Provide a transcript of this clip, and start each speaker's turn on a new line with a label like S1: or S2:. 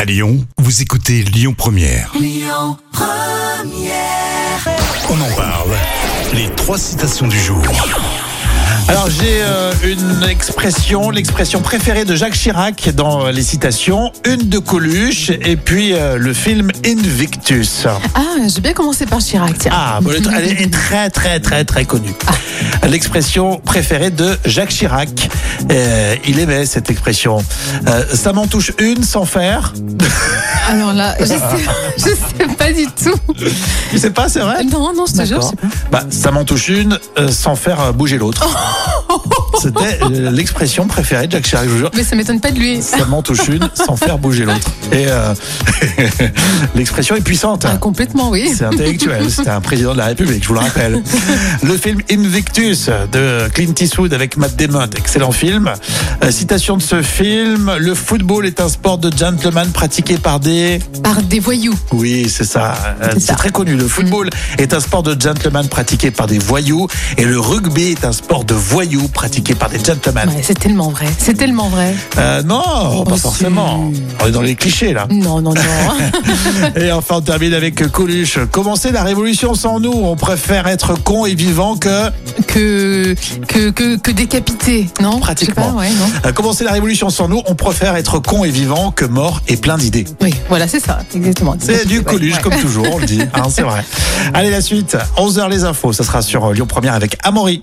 S1: À Lyon, vous écoutez Lyon Première. On en parle. Les trois citations du jour.
S2: Alors j'ai euh, une expression, l'expression préférée de Jacques Chirac dans euh, les citations, une de Coluche et puis euh, le film Invictus.
S3: Ah, j'ai bien commencé par Chirac, tiens.
S2: Ah, bon, le- elle est très très très très connue. L'expression préférée de Jacques Chirac. Euh, il aimait cette expression. Euh, ça m'en touche une sans faire.
S3: Alors là, je sais, je sais pas du tout.
S2: Je sais pas, c'est vrai
S3: Non, non, je te jure, je
S2: D'accord.
S3: sais pas.
S2: Bah, ça m'en touche une euh, sans faire euh, bouger l'autre. C'était euh, l'expression préférée de Jacques Chirac, je vous jure.
S3: Mais ça m'étonne pas de lui.
S2: ça m'en touche une sans faire bouger l'autre. Et euh, l'expression est puissante.
S3: Ah, complètement, oui.
S2: C'est intellectuel, c'était un président de la République, je vous le rappelle. Le film Invictus de Clint Eastwood avec Matt Damon, excellent film. Euh, citation de ce film, le football est un sport de gentleman pratiqué par des...
S3: Par des voyous.
S2: Oui, c'est ça. Euh,
S3: C'est
S2: C'est
S3: ça.
S2: très connu. Le football est un sport de gentleman pratiqué par des voyous et le rugby est un sport de voyous pratiqué par des gentlemen.
S3: Ouais, c'est tellement vrai. C'est tellement vrai.
S2: Euh, non, pas
S3: si.
S2: forcément. On est dans les clichés là.
S3: Non, non, non.
S2: Et enfin, on termine avec Coluche. Commencer la révolution sans nous. On préfère être con et vivant que euh,
S3: que, que, que, que décapité, non
S2: Pratiquement.
S3: Je sais pas, ouais, non.
S2: Euh, commencer la révolution sans nous. On préfère être con et vivant que mort et plein d'idées.
S3: Oui, voilà, c'est ça, exactement.
S2: C'est du Coluche
S3: Ouais.
S2: comme toujours, on le dit. hein, c'est vrai. Allez, la suite. 11h les infos. Ça sera sur euh, Lyon Première avec Amaury.